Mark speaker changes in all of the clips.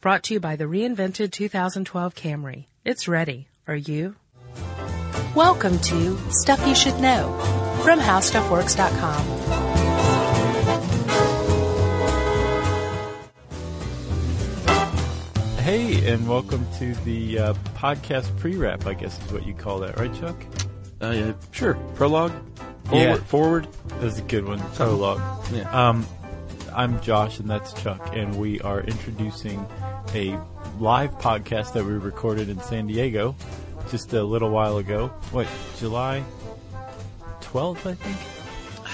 Speaker 1: Brought to you by the reinvented 2012 Camry. It's ready. Are you? Welcome to Stuff You Should Know from HowStuffWorks.com.
Speaker 2: Hey, and welcome to the uh, podcast pre-wrap. I guess is what you call that, right, Chuck?
Speaker 3: Uh, yeah, sure. Prologue. Forward,
Speaker 2: Yeah.
Speaker 3: Forward.
Speaker 2: That was a good one. Prologue.
Speaker 3: Oh, Yeah.
Speaker 2: Um, I'm Josh, and that's Chuck, and we are introducing a live podcast that we recorded in San Diego just a little while ago. What, July 12th? I think.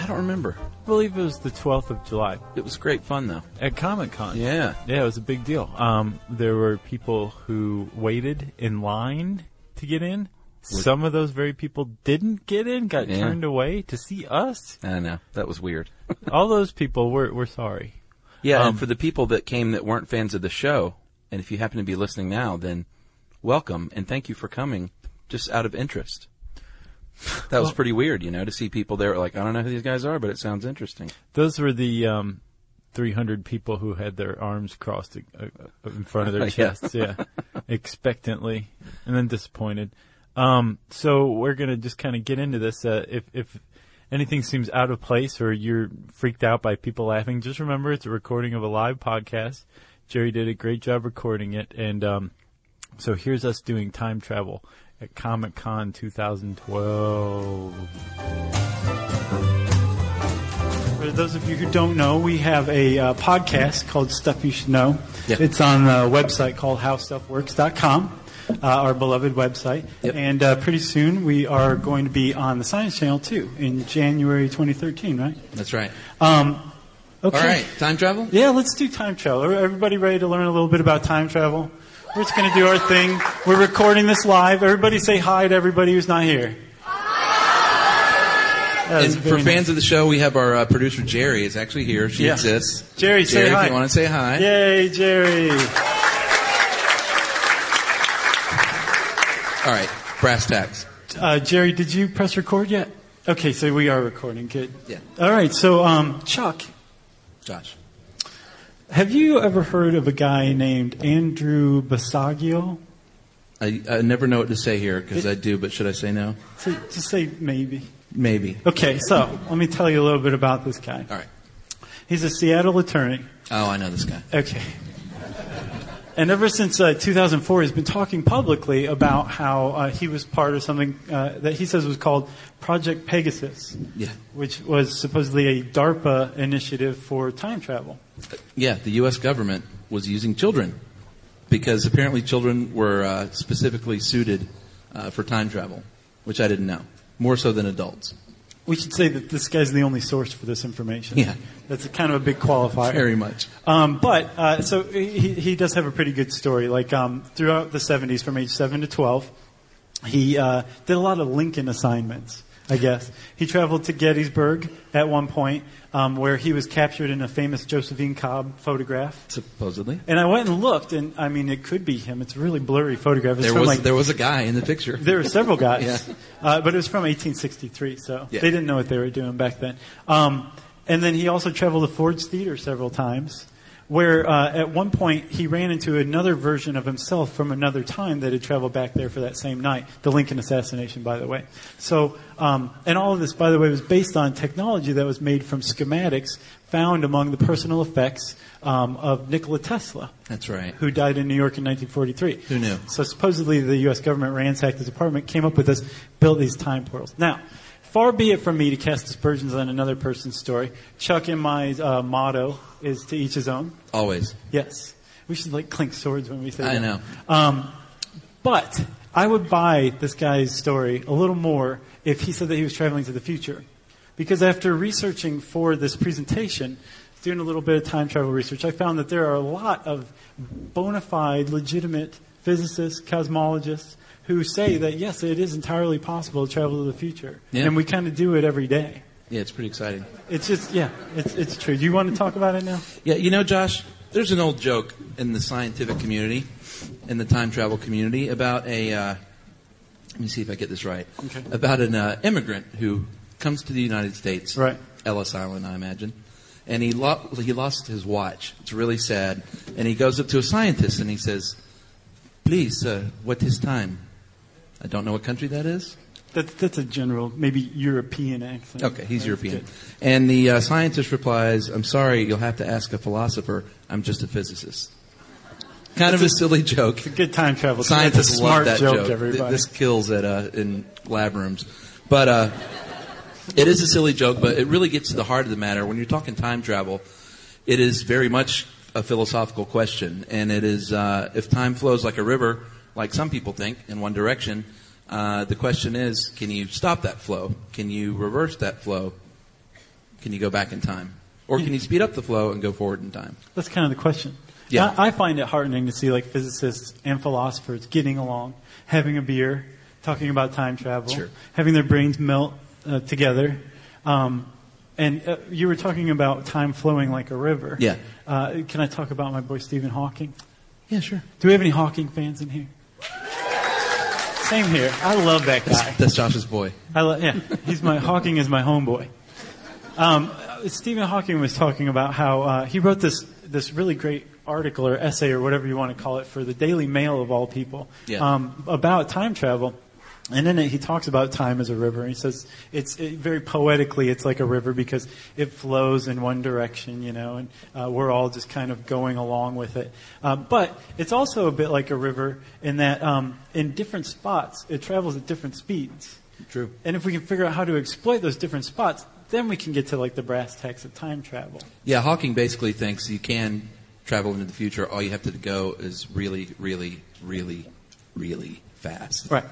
Speaker 3: I don't remember.
Speaker 2: I believe it was the 12th of July
Speaker 3: It was great fun though.
Speaker 2: at Comic Con.
Speaker 3: Yeah.
Speaker 2: Yeah, it was a big deal. Um, there were people who waited in line to get in. Some of those very people didn't get in, got
Speaker 3: Yeah.
Speaker 2: turned away to see us.
Speaker 3: I know that was weird.
Speaker 2: All those people, we're, we're sorry.
Speaker 3: Yeah,
Speaker 2: Um,
Speaker 3: and for the people that came that weren't fans of the show, and if you happen to be listening now, then welcome and thank you for coming just out of interest. That was pretty weird, you know, to see people there like, I don't know who these guys are, but it sounds interesting.
Speaker 2: Those were the um, 300 people who had their arms crossed uh, uh, in front of their
Speaker 3: Yeah.
Speaker 2: chests, yeah, expectantly, and then disappointed. Um, so we're gonna just kind of get into this. Uh, if if anything seems out of place or you're freaked out by people laughing, just remember it's a recording of a live podcast. Jerry did a great job recording it, and um, so here's us doing time travel at Comic Con 2012.
Speaker 4: For those of you who don't know, we have a uh, podcast called Stuff You Should Know.
Speaker 3: Yeah.
Speaker 4: It's on a website called howstuffworks.com, uh, our beloved website.
Speaker 3: Yep.
Speaker 4: And uh, pretty soon we are going to be on the Science Channel too in January 2013, right?
Speaker 3: That's right.
Speaker 4: Um, okay.
Speaker 3: time travel?
Speaker 4: Yeah, let's do time travel. Everybody ready to learn a little bit about time travel? We're just going to do our thing. We're recording this live. Everybody say hi to everybody who's not here. That
Speaker 5: And
Speaker 4: was
Speaker 5: for
Speaker 4: very nice.
Speaker 5: fans of the show, we have our uh, producer Jerry is actually here. She
Speaker 4: Yeah.
Speaker 5: exists.
Speaker 4: Jerry, say
Speaker 5: Jerry,
Speaker 4: hi.
Speaker 5: if you want to say hi.
Speaker 4: Yay, Jerry.
Speaker 5: All right, brass tacks.
Speaker 4: Uh, Jerry, did you press record yet? Okay, so we are recording. Good.
Speaker 5: Yeah.
Speaker 4: All right. So, um, Chuck,
Speaker 5: Josh.
Speaker 4: have you ever heard of a guy named Andrew Basagio?
Speaker 5: I, I never know what to say here because I do, but should I say no?
Speaker 4: Say, just say maybe.
Speaker 5: Maybe.
Speaker 4: Okay. So let me tell you a little bit about this guy.
Speaker 5: All right.
Speaker 4: He's a Seattle attorney.
Speaker 5: Oh, I know this guy.
Speaker 4: Okay. And ever since uh, 2004, he's been talking publicly about how uh, he was part of something uh, that he says was called Project Pegasus,
Speaker 5: Yeah.
Speaker 4: which was supposedly a DARPA initiative for time travel.
Speaker 5: Yeah, the U.S. government was using children because apparently children were uh, specifically suited uh, for time travel, which I didn't know. More so than adults.
Speaker 4: We should say that this guy's the only source for this information.
Speaker 5: Yeah.
Speaker 4: That's a kind of a big qualifier.
Speaker 5: Very much.
Speaker 4: Um, but, uh, so he, he does have a pretty good story. Like, um, throughout the 70s, from age 7 to 12, he uh, did a lot of Lincoln assignments, I guess. He traveled to Gettysburg at one point, um, where he was captured in a famous Josephine Cobb photograph.
Speaker 5: Supposedly.
Speaker 4: And I went and looked, and I mean, it could be him. It's a really blurry photograph. It's
Speaker 5: There
Speaker 4: from,
Speaker 5: was,
Speaker 4: like,
Speaker 5: there was a guy in the picture.
Speaker 4: there were several guys,
Speaker 5: Yeah.
Speaker 4: uh, but it was from 1863, so
Speaker 5: Yeah.
Speaker 4: they didn't know what they were doing back then. Um, and then he also traveled to Ford's Theater several times, where uh, at one point he ran into another version of himself from another time that had traveled back there for that same night, the Lincoln assassination, by the way. So, um, and all of this, by the way, was based on technology that was made from schematics found among the personal effects um, of Nikola Tesla
Speaker 5: That's right.
Speaker 4: who died in New York in 1943.
Speaker 5: Who knew?
Speaker 4: So supposedly the U.S. government ransacked his apartment, came up with this, built these time portals. Now, far be it from me to cast aspersions on another person's story. Chuck and my uh, motto is to each his own.
Speaker 5: Always.
Speaker 4: Yes. We should like clink swords when we say
Speaker 5: I
Speaker 4: that.
Speaker 5: know.
Speaker 4: Um, but I would buy this guy's story a little more if he said that he was traveling to the future. Because after researching for this presentation, doing a little bit of time travel research, I found that there are a lot of bona fide, legitimate physicists, cosmologists who say that yes, it is entirely possible to travel to the future.
Speaker 5: Yeah.
Speaker 4: And we kind of do it every day.
Speaker 5: Yeah, it's pretty exciting.
Speaker 4: It's just, yeah, it's, it's true. Do you want to talk about it now?
Speaker 5: Yeah, you know, Josh, there's an old joke in the scientific community, in the time travel community, about a. Uh, let me see if I get this right.
Speaker 4: Okay.
Speaker 5: About an uh, immigrant who comes to the United States.
Speaker 4: Right.
Speaker 5: Ellis Island, I imagine. and he, lo- he lost his watch. It's really sad. And he goes up to a scientist and he says, Please, sir, what is time? I don't know what country that is.
Speaker 4: That's, that's a general, maybe European accent.
Speaker 5: Okay, he's
Speaker 4: That's
Speaker 5: European.
Speaker 4: good.
Speaker 5: And the uh, scientist replies, I'm sorry, you'll have to ask a philosopher. I'm just a physicist. Kind of a silly joke.
Speaker 4: Good time travel.
Speaker 5: Scientists
Speaker 4: That's a
Speaker 5: love
Speaker 4: smart
Speaker 5: that
Speaker 4: joke,
Speaker 5: joke. Th-
Speaker 4: everybody.
Speaker 5: This kills at uh, in lab rooms, but uh, it is a silly joke. But it really gets to the heart of the matter. When you're talking time travel, it is very much a philosophical question, and it is uh, if time flows like a river, like some people think, in one direction. Uh, the question is, can you stop that flow? Can you reverse that flow? Can you go back in time, or can you speed up the flow and go forward in time?
Speaker 4: That's kind of the question.
Speaker 5: Yeah.
Speaker 4: I, I find it heartening to see like physicists and philosophers getting along, having a beer, talking about time travel,
Speaker 5: Sure.
Speaker 4: having their brains melt uh, together. Um, and uh, you were talking about time flowing like a river.
Speaker 5: Yeah.
Speaker 4: Uh, can I talk about my boy Stephen Hawking?
Speaker 5: Yeah, sure.
Speaker 4: Do we have any Hawking fans in here? Same here. I love that guy.
Speaker 5: That's, that's Josh's boy.
Speaker 4: I lo- yeah, he's my Hawking is my homeboy. Um, uh, Stephen Hawking was talking about how uh, he wrote this this really great article or essay or whatever you want to call it for the Daily Mail of all people
Speaker 5: Yeah.
Speaker 4: um, about time travel. And in it, he talks about time as a river. And he says it's it, very poetically, it's like a river because it flows in one direction, you know, and uh, we're all just kind of going along with it. Uh, but it's also a bit like a river in that um, in different spots, it travels at different speeds.
Speaker 5: True.
Speaker 4: And if we can figure out how to exploit those different spots, then we can get to like the brass tacks of time travel.
Speaker 5: Yeah, Hawking basically thinks you can travel into the future. All you have to go is really, really, really, really fast.
Speaker 4: Right.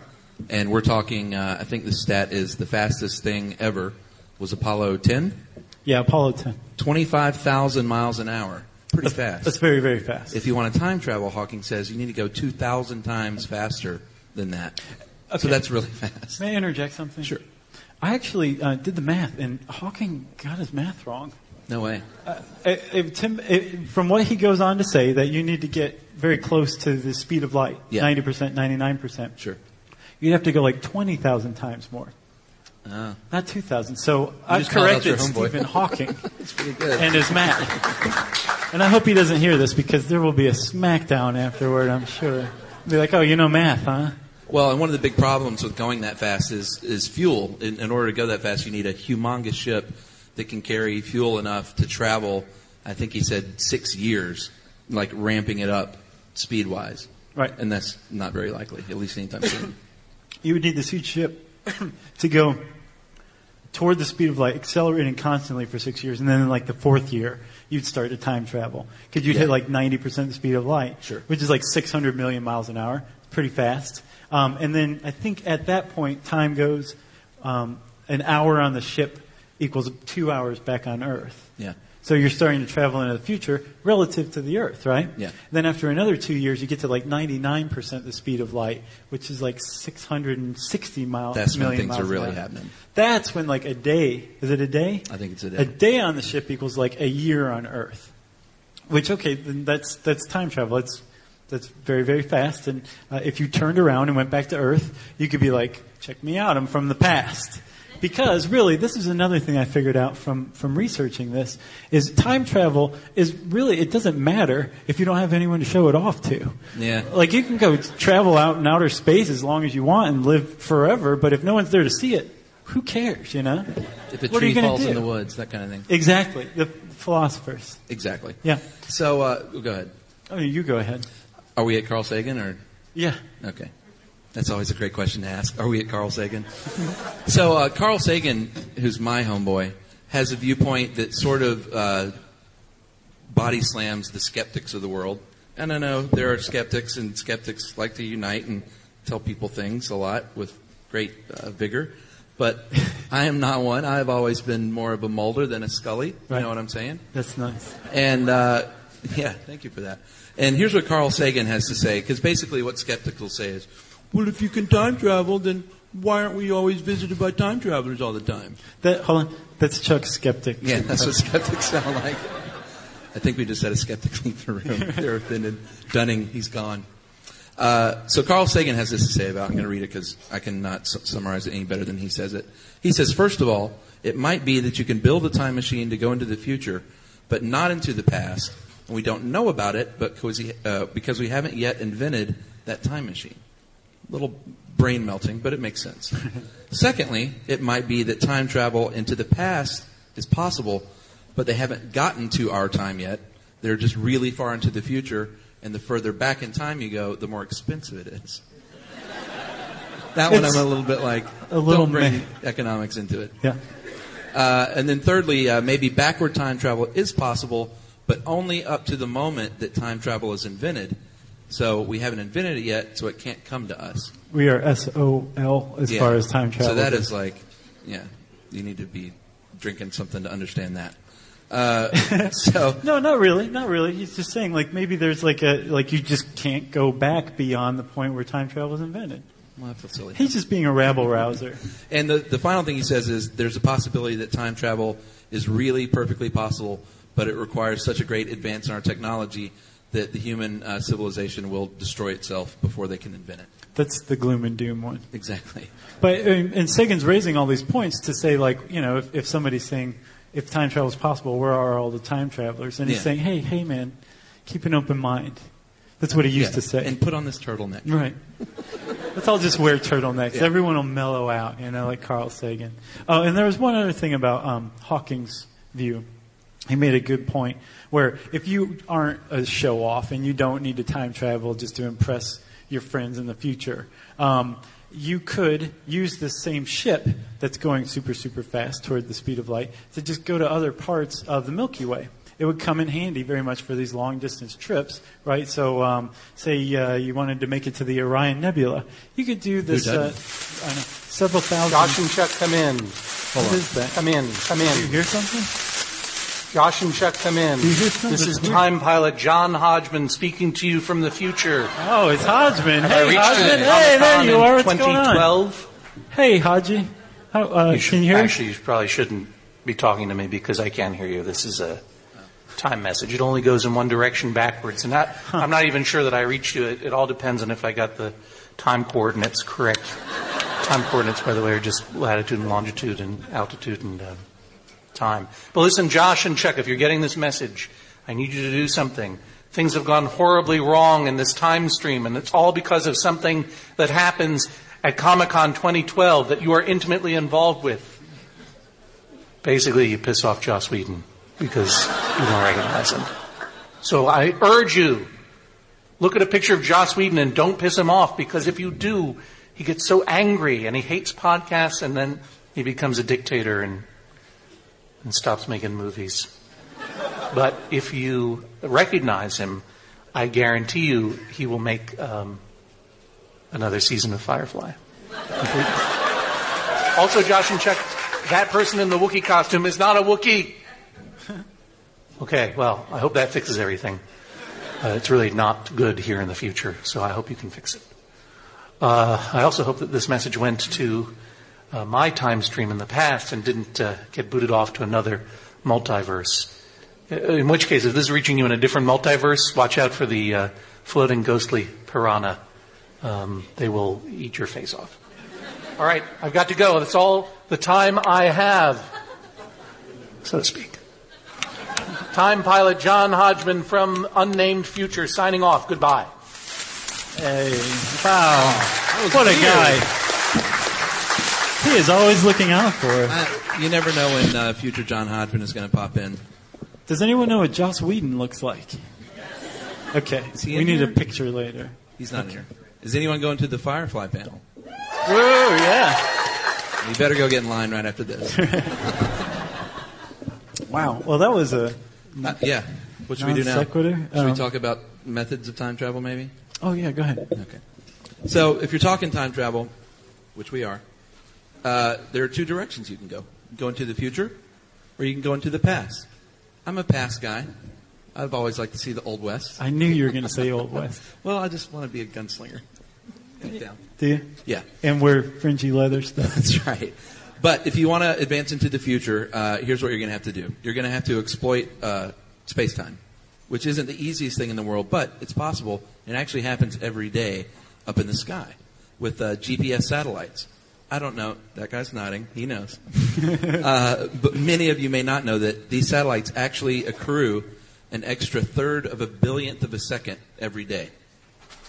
Speaker 5: And we're talking. Uh, I think the stat is the fastest thing ever was Apollo 10,
Speaker 4: Yeah, Apollo 10.
Speaker 5: 25,000 miles an hour. Pretty fast.
Speaker 4: That's very, very fast.
Speaker 5: if you want to time travel, Hawking says you need to go 2,000 times faster than that. So
Speaker 4: Okay.
Speaker 5: that's really fast.
Speaker 4: May I interject something?
Speaker 5: Sure.
Speaker 4: I actually uh, did the math, and Hawking got his math wrong.
Speaker 5: No way.
Speaker 4: Uh, if Tim, if, from what he goes on to say, that you need to get very close to the speed of light,
Speaker 5: Yeah.
Speaker 4: 90%, 99%.
Speaker 5: Sure.
Speaker 4: You'd have to go like 20,000 times more,
Speaker 5: Ah,
Speaker 4: not 2,000. So I've
Speaker 5: just called out your
Speaker 4: corrected
Speaker 5: homeboy.
Speaker 4: Stephen Hawking.
Speaker 5: that's pretty good.
Speaker 4: and his Matt. And I hope he doesn't hear this because there will be a smackdown afterward, I'm sure. Be like, oh, you know math, huh?
Speaker 5: Well, and one of the big problems with going that fast is is fuel. In, in order to go that fast, you need a humongous ship that can carry fuel enough to travel. I think he said six years, like ramping it up speed wise.
Speaker 4: Right.
Speaker 5: And that's not very likely, at least anytime soon.
Speaker 4: You would need this huge ship to go toward the speed of light, accelerating constantly for six years, and then in like the fourth year, you'd start to time travel because you'd
Speaker 5: Yeah.
Speaker 4: hit like 90% the speed of light,
Speaker 5: Sure.
Speaker 4: which is like 600 million miles an hour. It's pretty fast. Um, and then I think at that point, time goes um, an hour on the ship equals two hours back on Earth.
Speaker 5: Yeah.
Speaker 4: So you're starting to travel into the future relative to the Earth, right?
Speaker 5: Yeah.
Speaker 4: Then after another two years, you get to like 99% the speed of light, which is like 660 miles.
Speaker 5: That's when
Speaker 4: million
Speaker 5: things
Speaker 4: miles
Speaker 5: are
Speaker 4: an
Speaker 5: really
Speaker 4: hour.
Speaker 5: happening.
Speaker 4: That's when like a day is it a day?
Speaker 5: I think it's a day.
Speaker 4: A day on the ship equals like a year on Earth. Which okay, then that's that's time travel. It's that's very very fast. And uh, if you turned around and went back to Earth, you could be like, check me out, I'm from the past. Because really, this is another thing I figured out from from researching this is time travel is really it doesn't matter if you don't have anyone to show it off to.
Speaker 5: Yeah.
Speaker 4: Like you can go travel out in outer space as long as you want and live forever, but if no one's there to see it, who cares? You know.
Speaker 5: If a
Speaker 4: What are
Speaker 5: tree
Speaker 4: you gonna
Speaker 5: falls in
Speaker 4: do?
Speaker 5: the woods, that kind of thing.
Speaker 4: Exactly. The philosophers.
Speaker 5: Exactly.
Speaker 4: Yeah.
Speaker 5: So uh, go ahead.
Speaker 4: Oh, you go ahead.
Speaker 5: Are we at Carl Sagan or?
Speaker 4: Yeah.
Speaker 5: Okay. That's always a great question to ask. Are we at Carl Sagan? so, uh, Carl Sagan, who's my homeboy, has a viewpoint that sort of uh, body slams the skeptics of the world. And I know there are skeptics, and skeptics like to unite and tell people things a lot with great uh, vigor. But I am not one. I've always been more of a Mulder than a Scully. You
Speaker 4: Right.
Speaker 5: know what I'm saying?
Speaker 4: That's nice.
Speaker 5: And uh, yeah, thank you for that. And here's what Carl Sagan has to say, because basically what skeptics will say is, well, if you can time travel, then why aren't we always visited by time travelers all the time?
Speaker 4: That hold on. That's Chuck skeptic.
Speaker 5: Yeah, that's what skeptics sound like. I think we just had a skeptic leave the room. There, then Dunning, he's gone. Uh, so Carl Sagan has this to say about. I'm going to read it because I cannot su- summarize it any better than he says it. He says, first of all, it might be that you can build a time machine to go into the future, but not into the past. And we don't know about it but 'cause he- uh, because we haven't yet invented that time machine. little brain melting, but it makes sense. Secondly, it might be that time travel into the past is possible, but they haven't gotten to our time yet. They're just really far into the future, and the further back in time you go, the more expensive it is. That one I'm
Speaker 4: It's
Speaker 5: a little bit like,
Speaker 4: a little
Speaker 5: don't bring
Speaker 4: meh.
Speaker 5: economics into it.
Speaker 4: Yeah.
Speaker 5: Uh, and then thirdly, uh, maybe backward time travel is possible, but only up to the moment that time travel is invented. So we haven't invented it yet, so it can't come to us.
Speaker 4: We are SOL as
Speaker 5: Yeah.
Speaker 4: far as time travel.
Speaker 5: So that
Speaker 4: goes.
Speaker 5: is like, yeah, you need to be drinking something to understand that. Uh, so
Speaker 4: No, not really. Not really. He's just saying like maybe there's like a like you just can't go back beyond the point where time travel was invented.
Speaker 5: well, I feel silly.
Speaker 4: He's just being a rabble rouser.
Speaker 5: And the, the final thing he says is there's a possibility that time travel is really perfectly possible, but it requires such a great advance in our technology that the human uh, civilization will destroy itself before they can invent it.
Speaker 4: That's the gloom and doom one.
Speaker 5: Exactly.
Speaker 4: But and and Sagan's raising all these points to say like you know if, if somebody's saying if time travel is possible, where are all the time travelers? And he's
Speaker 5: Yeah.
Speaker 4: saying, hey, hey, man, keep an open mind. That's what he used
Speaker 5: Yeah.
Speaker 4: to say.
Speaker 5: And put on this turtleneck.
Speaker 4: Right. Let's all just wear turtlenecks.
Speaker 5: Yeah.
Speaker 4: Everyone will mellow out, you know, like Carl Sagan. Oh, and there was one other thing about um, Hawking's view. He made a good point where if you aren't a show off and you don't need to time travel just to impress your friends in the future, um, you could use this same ship that's going super, super fast toward the speed of light to just go to other parts of the Milky Way it would come in handy very much for these long distance trips, right? So, um, say uh, you wanted to make it to the Orion Nebula, you could do this
Speaker 5: doesn't?
Speaker 4: uh, I know, several thousand.
Speaker 6: Josh and Chuck, come in.
Speaker 4: What is that?
Speaker 6: Come in. Come
Speaker 4: Do you
Speaker 6: in.
Speaker 4: hear something?
Speaker 6: Josh and Chuck, come in.
Speaker 4: You hear something?
Speaker 6: This is time pilot John Hodgman speaking to you from the future.
Speaker 4: Oh, it's Hodgman.
Speaker 6: I
Speaker 4: Hey,
Speaker 6: reached
Speaker 4: Hodgman.
Speaker 6: the
Speaker 4: Hey, there
Speaker 6: Comic-Con
Speaker 4: you are.
Speaker 6: in
Speaker 4: What's going on?
Speaker 6: 2012.
Speaker 4: Hey, Hodgy. How, uh,
Speaker 6: should-
Speaker 4: can you hear?
Speaker 6: Actually, you probably shouldn't be talking to me because I can't hear you. This is a time message. It only goes in one direction backwards, and not, I'm not even sure that I reached you. It, it all depends on if I got the time coordinates correct. time coordinates, by the way, are just latitude and longitude and altitude and uh, time. But listen, Josh and Chuck, if you're getting this message, I need you to do something. Things have gone horribly wrong in this time stream, and it's all because of something that happens at Comic Con 2012 that you are intimately involved with. Basically, you piss off Joss Whedon because you don't recognize him. So I urge you, look at a picture of Joss Whedon and don't piss him off because if you do, he gets so angry and he hates podcasts and then he becomes a dictator and, and stops making movies. But if you recognize him, I guarantee you he will make um, another season of Firefly. Also, Josh and Chuck, that person in the Wookiee costume is not a Wookiee. Okay, well, I hope that fixes everything. Uh, it's really not good here in the future, so I hope you can fix it. Uh, I also hope that this message went to uh, my time stream in the past and didn't uh, get booted off to another multiverse. Uh, In which case, if this is reaching you in a different multiverse, watch out for the uh, floating ghostly piranha. Um, they will eat your face off. All right, I've got to go. That's all the time I have, so to speak. Time pilot John Hodgman from Unnamed Future signing off. Goodbye.
Speaker 4: Hey, wow. What a
Speaker 5: weird.
Speaker 4: guy. He is always looking out for us.
Speaker 5: I, you never know when uh, future John Hodgman is going to pop in.
Speaker 4: Does anyone know what Joss Whedon looks like? Okay,
Speaker 5: he
Speaker 4: we
Speaker 5: in
Speaker 4: need
Speaker 5: here?
Speaker 4: a picture later.
Speaker 5: He's not here. Is anyone going to the Firefly panel?
Speaker 4: Woo, yeah.
Speaker 5: You better go get in line right after this.
Speaker 4: Wow. Well, that was a
Speaker 5: Uh, yeah. What should we do now?
Speaker 4: Non sequitur?
Speaker 5: Should
Speaker 4: Oh.
Speaker 5: we talk about methods of time travel, maybe?
Speaker 4: Oh yeah, go ahead.
Speaker 5: Okay. So, if you're talking time travel, which we are, uh, there are two directions you can go: go into the future, or you can go into the past. I'm a past guy. I've always liked to see the Old West.
Speaker 4: I knew you were going to say Old West.
Speaker 5: Well, I just want to be a gunslinger. Deep down.
Speaker 4: Do you?
Speaker 5: Yeah.
Speaker 4: And wear fringy leather stuff.
Speaker 5: That's right. But if you want to advance into the future, uh, here's what you're going to have to do. You're going to have to exploit uh, space time, which isn't the easiest thing in the world, but it's possible. It actually happens every day up in the sky with uh, GPS satellites. I don't know. That guy's nodding. He knows. uh, but many of you may not know that these satellites actually accrue an extra third of a billionth of a second every day.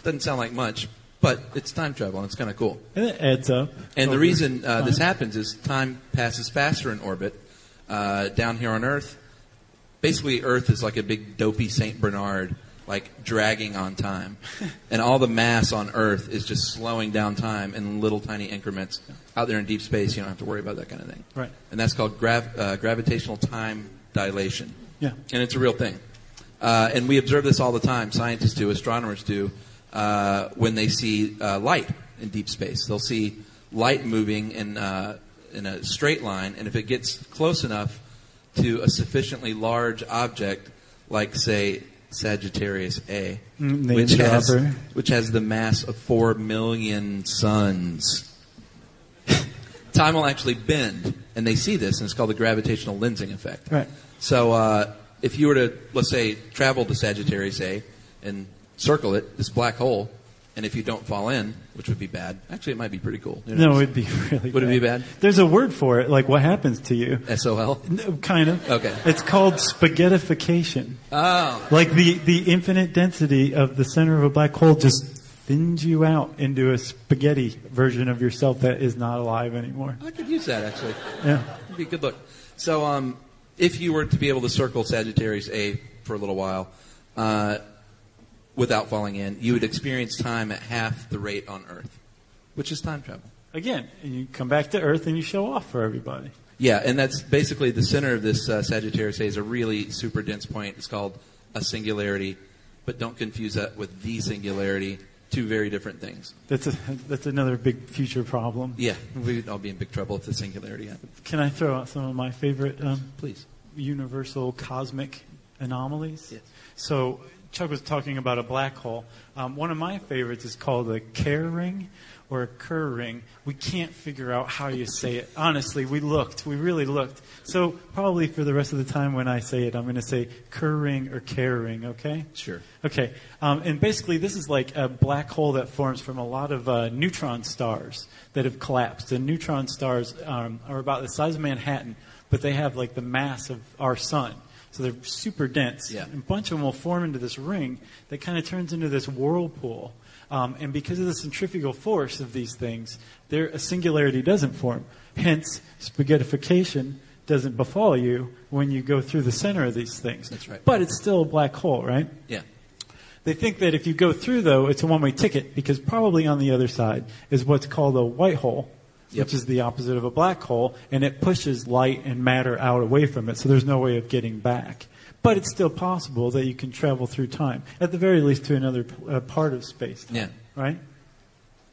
Speaker 5: Doesn't sound like much, but it's time travel and it's kind of cool.
Speaker 4: And it adds up.
Speaker 5: And the
Speaker 4: over
Speaker 5: reason uh, this
Speaker 4: time.
Speaker 5: happens is time passes faster in orbit. Uh, down here on Earth, basically, Earth is like a big dopey St. Bernard, like dragging on time. and all the mass on Earth is just slowing down time in little tiny increments. Out there in deep space, you don't have to worry about that kind of thing.
Speaker 4: Right.
Speaker 5: And that's called grav- uh, gravitational time dilation.
Speaker 4: Yeah.
Speaker 5: And it's a real thing. Uh, and we observe this all the time. Scientists do, astronomers do, uh, when they see uh, light in deep space. They'll see light moving in, uh, in a straight line, and if it gets close enough to a sufficiently large object, like, say, Sagittarius A,
Speaker 4: Mm, the
Speaker 5: which, has,
Speaker 4: interloper.
Speaker 5: which has the mass of 4 million suns time will actually bend, and they see this, and it's called the gravitational lensing effect.
Speaker 4: Right.
Speaker 5: So uh, if you were to, let's say, travel to Sagittarius A and circle it, this black hole, and if you don't fall in, which would be bad, actually it might be pretty cool. You know,
Speaker 4: No, it'd be really.
Speaker 5: Would it be bad?
Speaker 4: There's a word for it. Like what happens to you?
Speaker 5: SOL.
Speaker 4: No, kind of.
Speaker 5: Okay.
Speaker 4: It's called spaghettification.
Speaker 5: Oh,
Speaker 4: Like the the infinite density of the center of a black hole just thins you out into a spaghetti version of yourself that is not alive anymore.
Speaker 5: I could use that actually.
Speaker 4: Yeah.
Speaker 5: It'd be a good look. So um, if you were to be able to circle Sagittarius A for a little while uh, without falling in, you would experience time at half the rate on Earth, which is time travel.
Speaker 4: Again, and you come back to Earth and you show off for everybody.
Speaker 5: Yeah, and that's basically the center of this uh, Sagittarius A is a really super dense point. It's called a singularity, but don't confuse that with the singularity. Two very different things.
Speaker 4: That's a, that's another big future problem.
Speaker 5: Yeah, we'd all be in big trouble if the singularity happened.
Speaker 4: Can I throw out some of my favorite um,
Speaker 5: Please.
Speaker 4: universal cosmic anomalies?
Speaker 5: Yes.
Speaker 4: So Chuck was talking about a black hole. Um, one of my favorites is called a care ring or a cur ring. We can't figure out how you say it. Honestly, we looked. We really looked. So probably for the rest of the time when I say it, I'm going to say cur ring or care ring, okay?
Speaker 5: Sure.
Speaker 4: Okay, um, and basically this is like a black hole that forms from a lot of uh, neutron stars that have collapsed. And neutron stars um, are about the size of Manhattan, but they have like the mass of our sun. So they're super dense.
Speaker 5: Yeah.
Speaker 4: And a bunch of them will form into this ring that kind of turns into this whirlpool. Um, and because of the centrifugal force of these things, there a singularity doesn't form. Hence, spaghettification doesn't befall you when you go through the center of these things.
Speaker 5: That's right.
Speaker 4: But it's still a black hole, right?
Speaker 5: Yeah.
Speaker 4: They think that if you go through, though, it's a one way ticket because probably on the other side is what's called a white hole,
Speaker 5: Yep.
Speaker 4: which is the opposite of a black hole, and it pushes light and matter out away from it, so there's no way of getting back. But it's still possible that you can travel through time, at the very least to another uh, part of space.
Speaker 5: Yeah.
Speaker 4: Right?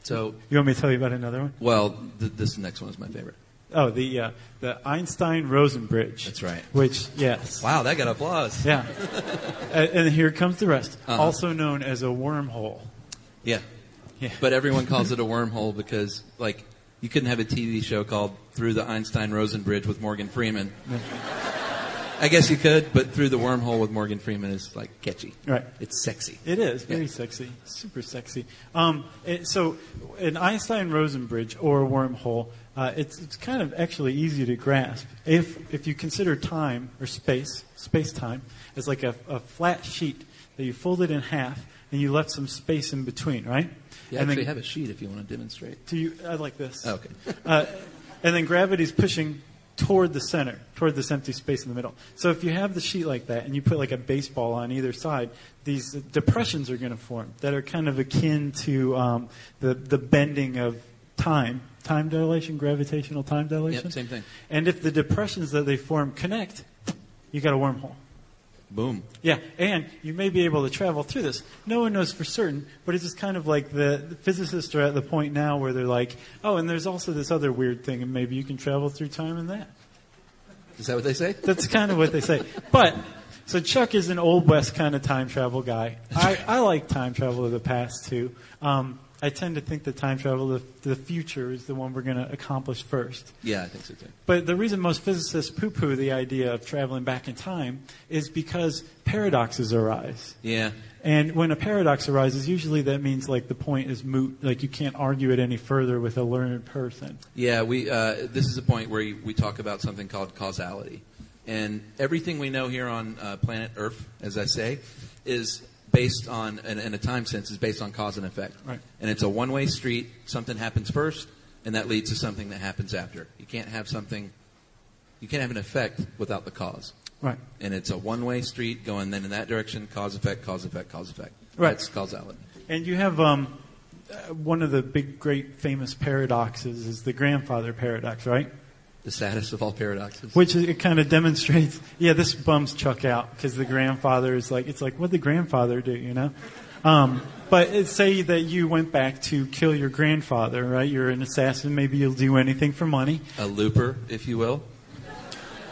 Speaker 5: So,
Speaker 4: You want me to tell you about another one?
Speaker 5: well, th- this next one is my favorite.
Speaker 4: Oh, the, uh, the Einstein Rosen Bridge.
Speaker 5: That's right.
Speaker 4: Which, yes.
Speaker 5: Wow, that got applause.
Speaker 4: Yeah. and, and here comes the rest,
Speaker 5: Uh-huh.
Speaker 4: also known as a wormhole.
Speaker 5: Yeah.
Speaker 4: Yeah.
Speaker 5: But everyone calls it a wormhole because, like, you couldn't have a TV show called Through the Einstein Rosen Bridge with Morgan Freeman. I guess you could, but Through the Wormhole with Morgan Freeman is, like, catchy.
Speaker 4: Right.
Speaker 5: It's sexy.
Speaker 4: It is very
Speaker 5: Yeah.
Speaker 4: sexy, super sexy. Um, it- so, an Einstein-Rosen bridge or a wormhole, uh, it's it's kind of actually easy to grasp if if you consider time or space, space-time, as like a, a flat sheet that you folded in half and you left some space in between, right?
Speaker 5: You
Speaker 4: and
Speaker 5: actually
Speaker 4: then,
Speaker 5: have a sheet if you want to demonstrate.
Speaker 4: do you, I like this.
Speaker 5: Okay.
Speaker 4: Uh, and then gravity's pushing toward the center, toward this empty space in the middle. So if you have the sheet like that and you put like a baseball on either side, these depressions are going to form that are kind of akin to um, the, the bending of time. Time dilation, gravitational time dilation?
Speaker 5: same thing.
Speaker 4: And if the depressions that they form connect, you got a wormhole.
Speaker 5: Boom.
Speaker 4: Yeah, and you may be able to travel through this. No one knows for certain, but it's just kind of like the, the physicists are at the point now where they're like, oh, and there's also this other weird thing, and maybe you can travel through time and that.
Speaker 5: Is that what they say?
Speaker 4: That's kind of what they say. But, so Chuck is an Old West kind of time travel guy. I, I like time travel to the past, too. Um, I tend to think that time travel, the, the future, is the one we're going to accomplish first.
Speaker 5: Yeah, I think so too.
Speaker 4: But the reason most physicists poo poo the idea of traveling back in time is because paradoxes arise.
Speaker 5: Yeah.
Speaker 4: And when a paradox arises, usually that means like the point is moot, like you can't argue it any further with a learned person.
Speaker 5: Yeah, we, uh, this is a point where we talk about something called causality. And everything we know here on uh, planet Earth, as I say, is based on, in, in a time sense, is based on cause and effect.
Speaker 4: Right.
Speaker 5: And it's a one way street. Something happens first, and that leads to something that happens after. You can't have something, you can't have an effect without the cause.
Speaker 4: Right.
Speaker 5: And it's a one way street going then in that direction, cause effect, cause effect, cause effect.
Speaker 4: Right.
Speaker 5: That's causality.
Speaker 4: And you have um, uh, one of the big, great, famous paradoxes is the grandfather paradox, right?
Speaker 5: The saddest of all paradoxes.
Speaker 4: Which it kind of demonstrates, yeah, this bums Chuck out because the grandfather is like, it's like, what did the grandfather do, you know? Um, but it, say that you went back to kill your grandfather, right? You're an assassin. Maybe you'll do anything for money.
Speaker 5: A looper, if you will.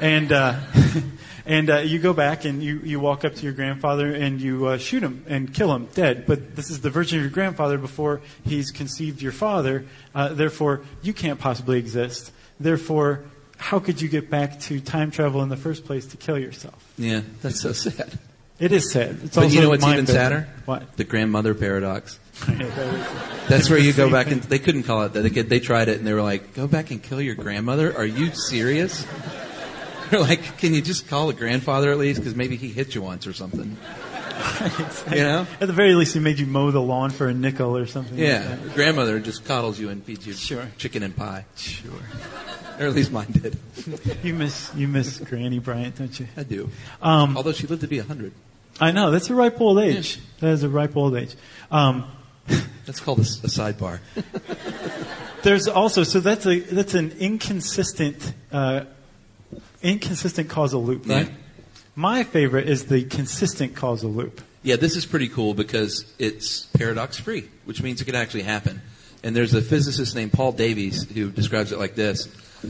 Speaker 4: And, uh, and uh, you go back and you, you walk up to your grandfather and you uh, shoot him and kill him dead. But this is the virgin of your grandfather before he's conceived your father. Uh, therefore, you can't possibly exist. Therefore, how could you get back to time travel in the first place to kill yourself?
Speaker 5: Yeah, that's so sad.
Speaker 4: It is sad. It's
Speaker 5: But
Speaker 4: also
Speaker 5: you know what's even
Speaker 4: mind-bending.
Speaker 5: sadder?
Speaker 4: What?
Speaker 5: The grandmother paradox.
Speaker 4: That's
Speaker 5: That's where you go back and they couldn't call it that. They, could, they tried it and they were like, "Go back and kill your grandmother? Are you serious?" They're like, "Can you just call the grandfather at least? Because maybe he hit you once or something." You know?
Speaker 4: At the very least, he made you mow the lawn for a nickel or something. like
Speaker 5: Yeah,
Speaker 4: that.
Speaker 5: your grandmother just coddles you and feeds you
Speaker 4: Sure.
Speaker 5: chicken and pie. Sure. Or at least mine did.
Speaker 4: You miss you miss Granny Bryant, don't you?
Speaker 5: I do.
Speaker 4: Um,
Speaker 5: Although she lived to be hundred.
Speaker 4: I know that's a ripe old age. That is a ripe old age. Um,
Speaker 5: That's called a, s- a sidebar.
Speaker 4: There's also so that's a that's an inconsistent uh, inconsistent causal loop, right?
Speaker 5: Yeah.
Speaker 4: My favorite is the consistent causal loop.
Speaker 5: Yeah, this is pretty cool because it's paradox free, which means it could actually happen. And there's a physicist named Paul Davies who describes it like this.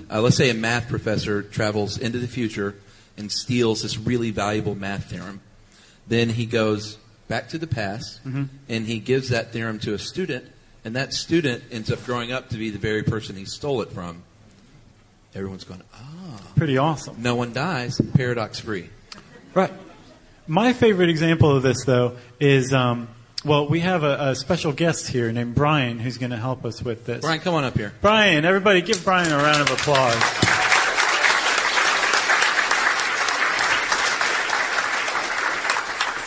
Speaker 5: Uh, let's say a math professor travels into the future and steals this really valuable math theorem. Then he goes back to the past and he gives that theorem to a student, and that student ends up growing up to be the very person he stole it from. Everyone's going, ah.
Speaker 4: Pretty awesome,
Speaker 5: No one dies, paradox free.
Speaker 4: right? My favorite example of this, though, is um, well, we have a, a special guest here named Brian who's going to help us with this.
Speaker 5: Brian, come on up here.
Speaker 4: Brian, everybody, give Brian a round of applause.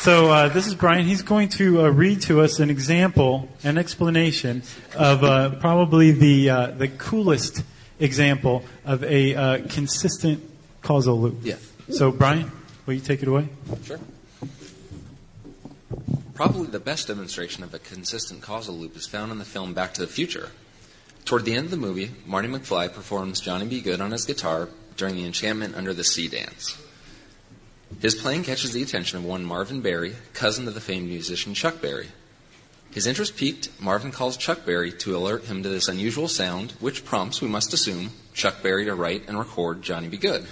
Speaker 4: So uh, this is Brian. He's going to uh, read to us an example, an explanation of uh, probably the uh, the coolest example of a uh, consistent causal loop.
Speaker 5: Yeah.
Speaker 4: So Brian, will you take it away?
Speaker 7: Sure. Probably the best demonstration of a consistent causal loop is found in the film Back to the Future. Toward the end of the movie, Marty McFly performs Johnny B. Good on his guitar during the Enchantment Under the Sea dance. His playing catches the attention of one Marvin Berry, cousin of the famed musician Chuck Berry. His interest piqued, Marvin calls Chuck Berry to alert him to this unusual sound, which prompts, we must assume, Chuck Berry to write and record Johnny B. Good.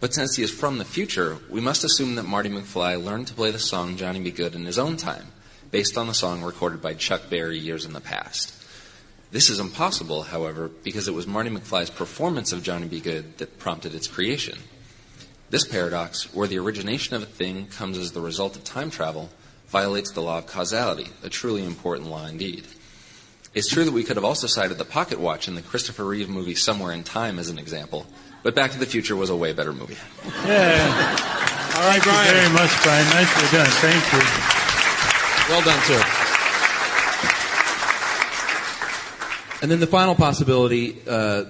Speaker 7: But since he is from the future, we must assume that Marty McFly learned to play the song Johnny Be Good in his own time, based on the song recorded by Chuck Berry years in the past. This is impossible, however, because it was Marty McFly's performance of Johnny Be Good that prompted its creation. This paradox, where the origination of a thing comes as the result of time travel, violates the law of causality, a truly important law indeed. It's true that we could have also cited the pocket watch in the Christopher Reeve movie Somewhere in Time as an example, but Back to the Future was a way better movie.
Speaker 4: Yeah. All right, Brian. Thank you very much, Brian. Nicely done. Thank you.
Speaker 5: Well done, sir. And then the final possibility uh,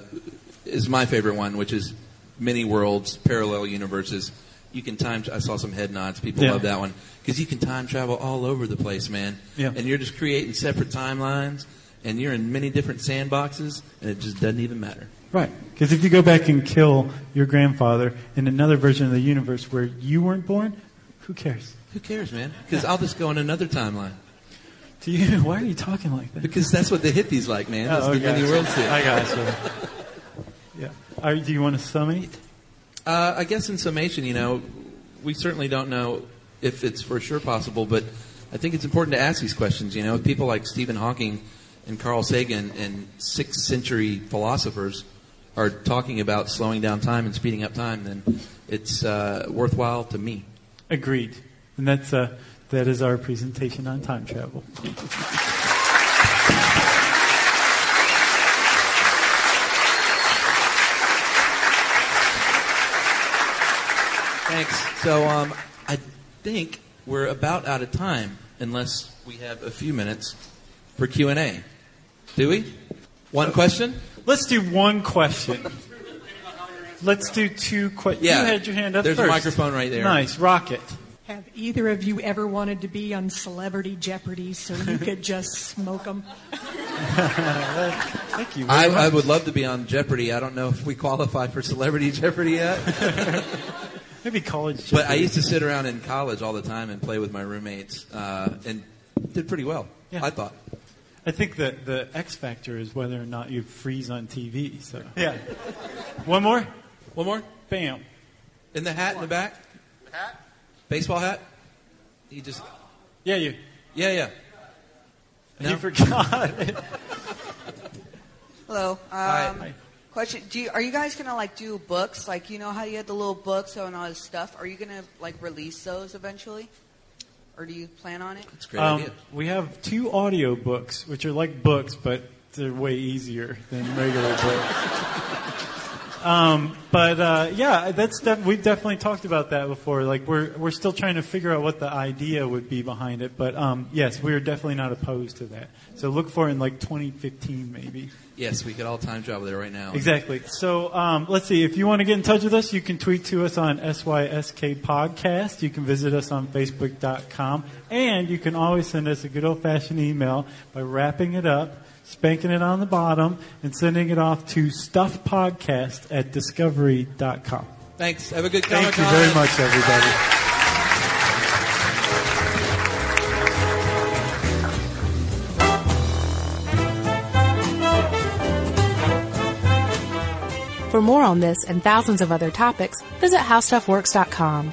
Speaker 5: is my favorite one, which is many worlds, parallel universes. You can time. I saw some head nods. People
Speaker 4: Yeah.
Speaker 5: love that one because you can time travel all over the place, man.
Speaker 4: Yeah.
Speaker 5: And you're just creating separate timelines, and you're in many different sandboxes, and it just doesn't even matter.
Speaker 4: Right. Because if you go back and kill your grandfather in another version of the universe where you weren't born, who cares?
Speaker 5: Who cares, man? Because I'll just go in another timeline.
Speaker 4: Do you? Why are you talking like that?
Speaker 5: Because that's what the hippies like, man. That's
Speaker 4: Oh,
Speaker 5: the
Speaker 4: okay.
Speaker 5: many worlds theory.
Speaker 4: I got you. yeah. Are, do you want to sum it?
Speaker 5: Uh, I guess in summation, you know, we certainly don't know if it's for sure possible, but I think it's important to ask these questions. You know, people like Stephen Hawking and Carl Sagan and sixth century philosophers are talking about slowing down time and speeding up time, then it's uh, worthwhile to me.
Speaker 2: Agreed. And that's uh, that is our presentation on time travel.
Speaker 5: Thanks. So um, I think we're about out of time, unless we have a few minutes for Q and A. Do we? One question?
Speaker 2: Let's do one question. Let's do two questions.
Speaker 5: Yeah.
Speaker 2: You had your hand up
Speaker 5: There's a
Speaker 2: first.
Speaker 5: microphone right there.
Speaker 2: Nice. Rocket.
Speaker 8: Have either of you ever wanted to be on Celebrity Jeopardy so you could just smoke them?
Speaker 2: Thank you.
Speaker 5: I,
Speaker 2: very much.
Speaker 5: I would love to be on Jeopardy. I don't know if we qualify for Celebrity Jeopardy yet,
Speaker 2: Maybe college.
Speaker 5: but I used to sit around in college all the time and play with my roommates, uh, and did pretty well.
Speaker 2: Yeah.
Speaker 5: I thought.
Speaker 2: I think that the X factor is whether or not you freeze on TV. So yeah. One more.
Speaker 5: One more
Speaker 2: Bam.
Speaker 5: in the hat in the back. Hat. Baseball hat. He just.
Speaker 2: Yeah, you.
Speaker 5: Yeah, yeah.
Speaker 2: You
Speaker 5: No.
Speaker 2: forgot.
Speaker 9: Hello. Um,
Speaker 5: Hi.
Speaker 9: Question: Do you, are you guys gonna like do books? Like you know how you had the little books on all this stuff? Are you gonna like release those eventually, or do you plan on it?
Speaker 5: It's a great
Speaker 2: Um,
Speaker 5: idea.
Speaker 2: we have two audio books, which are like books, but they're way easier than regular books. Um, but uh, yeah, that's def- we've definitely talked about that before. Like we're we're still trying to figure out what the idea would be behind it. But um, yes, we're definitely not opposed to that. So look for it in like 2015 maybe.
Speaker 5: Yes, we could all time travel there right now.
Speaker 2: Exactly. So um, let's see. If you want to get in touch with us, you can tweet to us on SYSK Podcast. You can visit us on Facebook.com. And you can always send us a good old fashioned email by wrapping it up, spanking it on the bottom, and sending it off to stuffpodcast at discovery.com.
Speaker 5: Thanks. Have a good
Speaker 2: Thank you
Speaker 5: Comic-Con.
Speaker 2: very much, everybody.
Speaker 1: For more on this and thousands of other topics, visit howstuffworks.com.